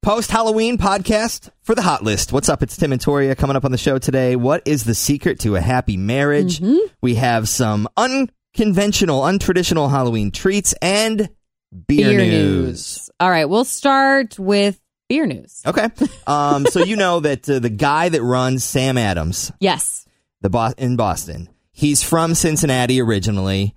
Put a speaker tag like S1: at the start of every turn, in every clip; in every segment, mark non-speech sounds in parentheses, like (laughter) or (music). S1: Post Halloween podcast for the Hot List. What's up? It's Tim and Toria coming up on the show today. What is the secret to a happy marriage? We have some unconventional, untraditional Halloween treats and beer,
S2: All right, we'll start with beer news.
S1: Okay. Um, so you know that uh, the guy that runs Sam Adams,
S2: Yes.
S1: the Bo- in Boston, he's from Cincinnati originally.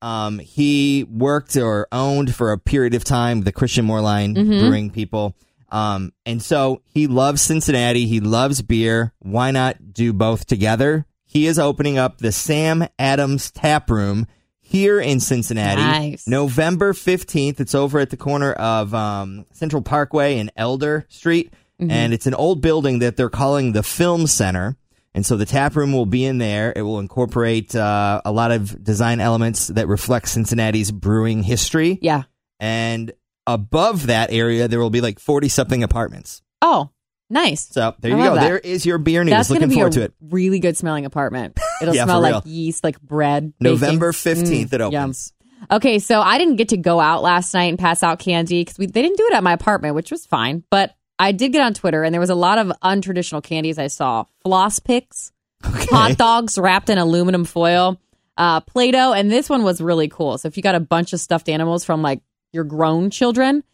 S1: Um, he worked or owned for a period of time the Christian Moorline Brewing people. Um, and so he loves Cincinnati. He loves beer. Why not do both together? He is opening up the Sam Adams Tap Room here in Cincinnati.
S2: Nice.
S1: November 15th. It's over at the corner of um, Central Parkway and Elder Street.
S2: Mm-hmm.
S1: And it's an old building that they're calling the Film Center. And so the tap room will be in there. It will incorporate uh, a lot of design elements that reflect Cincinnati's brewing history.
S2: Yeah.
S1: And above that area, there will be like 40 something apartments.
S2: Oh, nice.
S1: So there
S2: I
S1: you go.
S2: love that.
S1: There is your beer news.
S2: That's going
S1: Looking
S2: to be a
S1: forward to it.
S2: really good smelling
S1: (laughs)
S2: apartment. It'll
S1: Yeah,
S2: smell
S1: for
S2: like
S1: real.
S2: yeast, like bread. baking. Mm.
S1: November 15th, it
S2: yum.
S1: opens.
S2: Okay, so I didn't get to go out last night and pass out candy because they didn't do it at my apartment, which was fine. But I did get on Twitter, and there was a lot of untraditional candies I saw: floss picks, hot dogs wrapped in aluminum foil, uh, Play-Doh, and this one was really cool. So if you got a bunch of stuffed animals from like your grown children,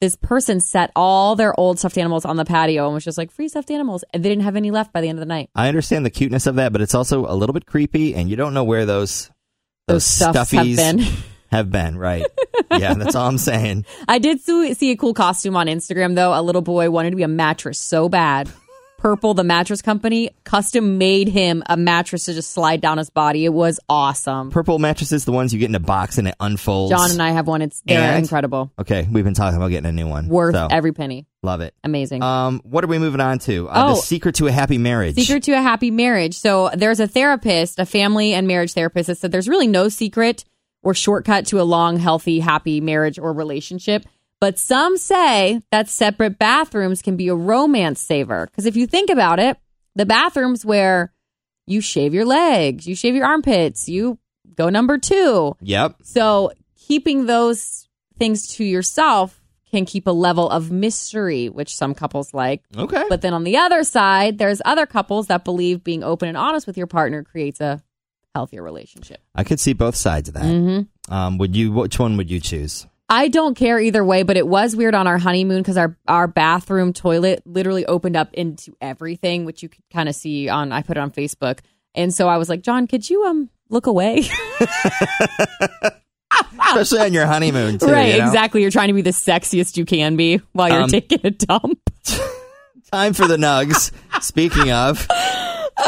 S2: this person set all their old stuffed animals on the patio and was just like free stuffed animals, and they didn't have any left by the end of the night.
S1: I understand the cuteness of that, but it's also a little bit creepy, and you don't know where those those,
S2: stuffs have
S1: stuffies
S2: been.
S1: (laughs) have been, right? yeah, that's all I'm saying.
S2: I did see, see a cool costume on Instagram though. A little boy wanted to be a mattress so bad. Purple, the mattress company, custom made him a mattress to just slide down his body. It was awesome.
S1: Purple mattresses, the ones you get in a box and it unfolds.
S2: John and I have one. It's they're
S1: And?
S2: incredible.
S1: Okay, we've been talking about getting a new one.
S2: Worth
S1: so,
S2: every penny.
S1: Love it.
S2: Amazing.
S1: Um, what are we moving on to? Uh, The
S2: Oh.
S1: secret to a happy marriage.
S2: Secret to a happy marriage. So there's a therapist, a family and marriage therapist that said there's really no secret or shortcut to a long, healthy, happy marriage or relationship. But some say that separate bathrooms can be a romance saver. Because if you think about it, the bathrooms where you shave your legs, you shave your armpits, you go number two,
S1: Yep.
S2: so keeping those things to yourself can keep a level of mystery, which some couples like.
S1: Okay.
S2: But then on the other side, there's other couples that believe being open and honest with your partner creates a healthier relationship.
S1: I could see both sides of that. Mm-hmm. Um, would you? Which one would you choose?
S2: I don't care either way, but it was weird on our honeymoon because our, our bathroom toilet literally opened up into everything, which you could kind of see on, I put it on Facebook. And so I was like, John, could you um look away? (laughs)
S1: Especially on your honeymoon, too.
S2: Ah. right,
S1: you know?
S2: exactly. You're trying to be the sexiest you can be while you're
S1: Um,
S2: taking a dump.
S1: Time for the
S2: (laughs)
S1: nugs. Speaking of,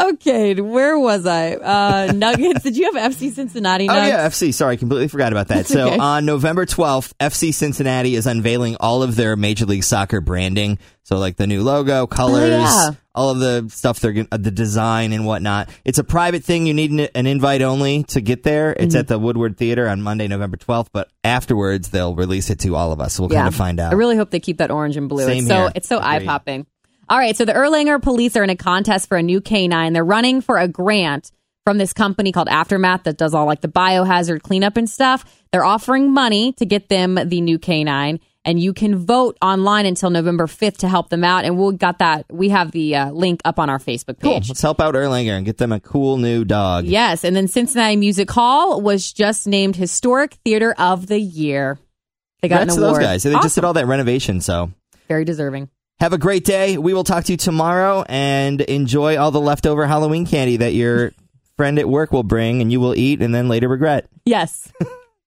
S2: Okay, where was I? Uh, nuggets. Did you have FC Cincinnati
S1: oh
S2: Nuggets?
S1: yeah, FC. Sorry, completely forgot about that. So
S2: okay.
S1: on November twelfth, FC Cincinnati is unveiling all of their Major League Soccer branding. So like the new logo, colors,
S2: Oh, yeah.
S1: all of the stuff they're gon- uh, the design and whatnot. It's a private thing. You need an, an invite only to get there. It's
S2: Mm-hmm.
S1: at the Woodward Theater on Monday, November twelfth. But afterwards, they'll release it to all of us. So we'll kind of find out.
S2: I really hope they keep that orange and blue.
S1: Same
S2: it's so
S1: here.
S2: it's so
S1: Agreed.
S2: eye popping. All right, so the Erlanger police are in a contest for a new canine. They're running for a grant from this company called Aftermath that does all like the biohazard cleanup and stuff. They're offering money to get them the new canine, and you can vote online until November fifth to help them out. And we will got that. We have the uh, link up on our Facebook
S1: cool.
S2: page.
S1: Let's help out Erlanger and get them a cool new dog.
S2: Yes, and then Cincinnati Music Hall was just named Historic Theater of the Year. They got
S1: Congrats
S2: an
S1: to those
S2: award.
S1: guys. They just
S2: Awesome.
S1: did all that renovation. So
S2: Very deserving.
S1: Have a great day. We will talk to you tomorrow and enjoy all the leftover (laughs) Halloween candy that your friend at work will bring and you will eat and then later regret.
S2: Yes.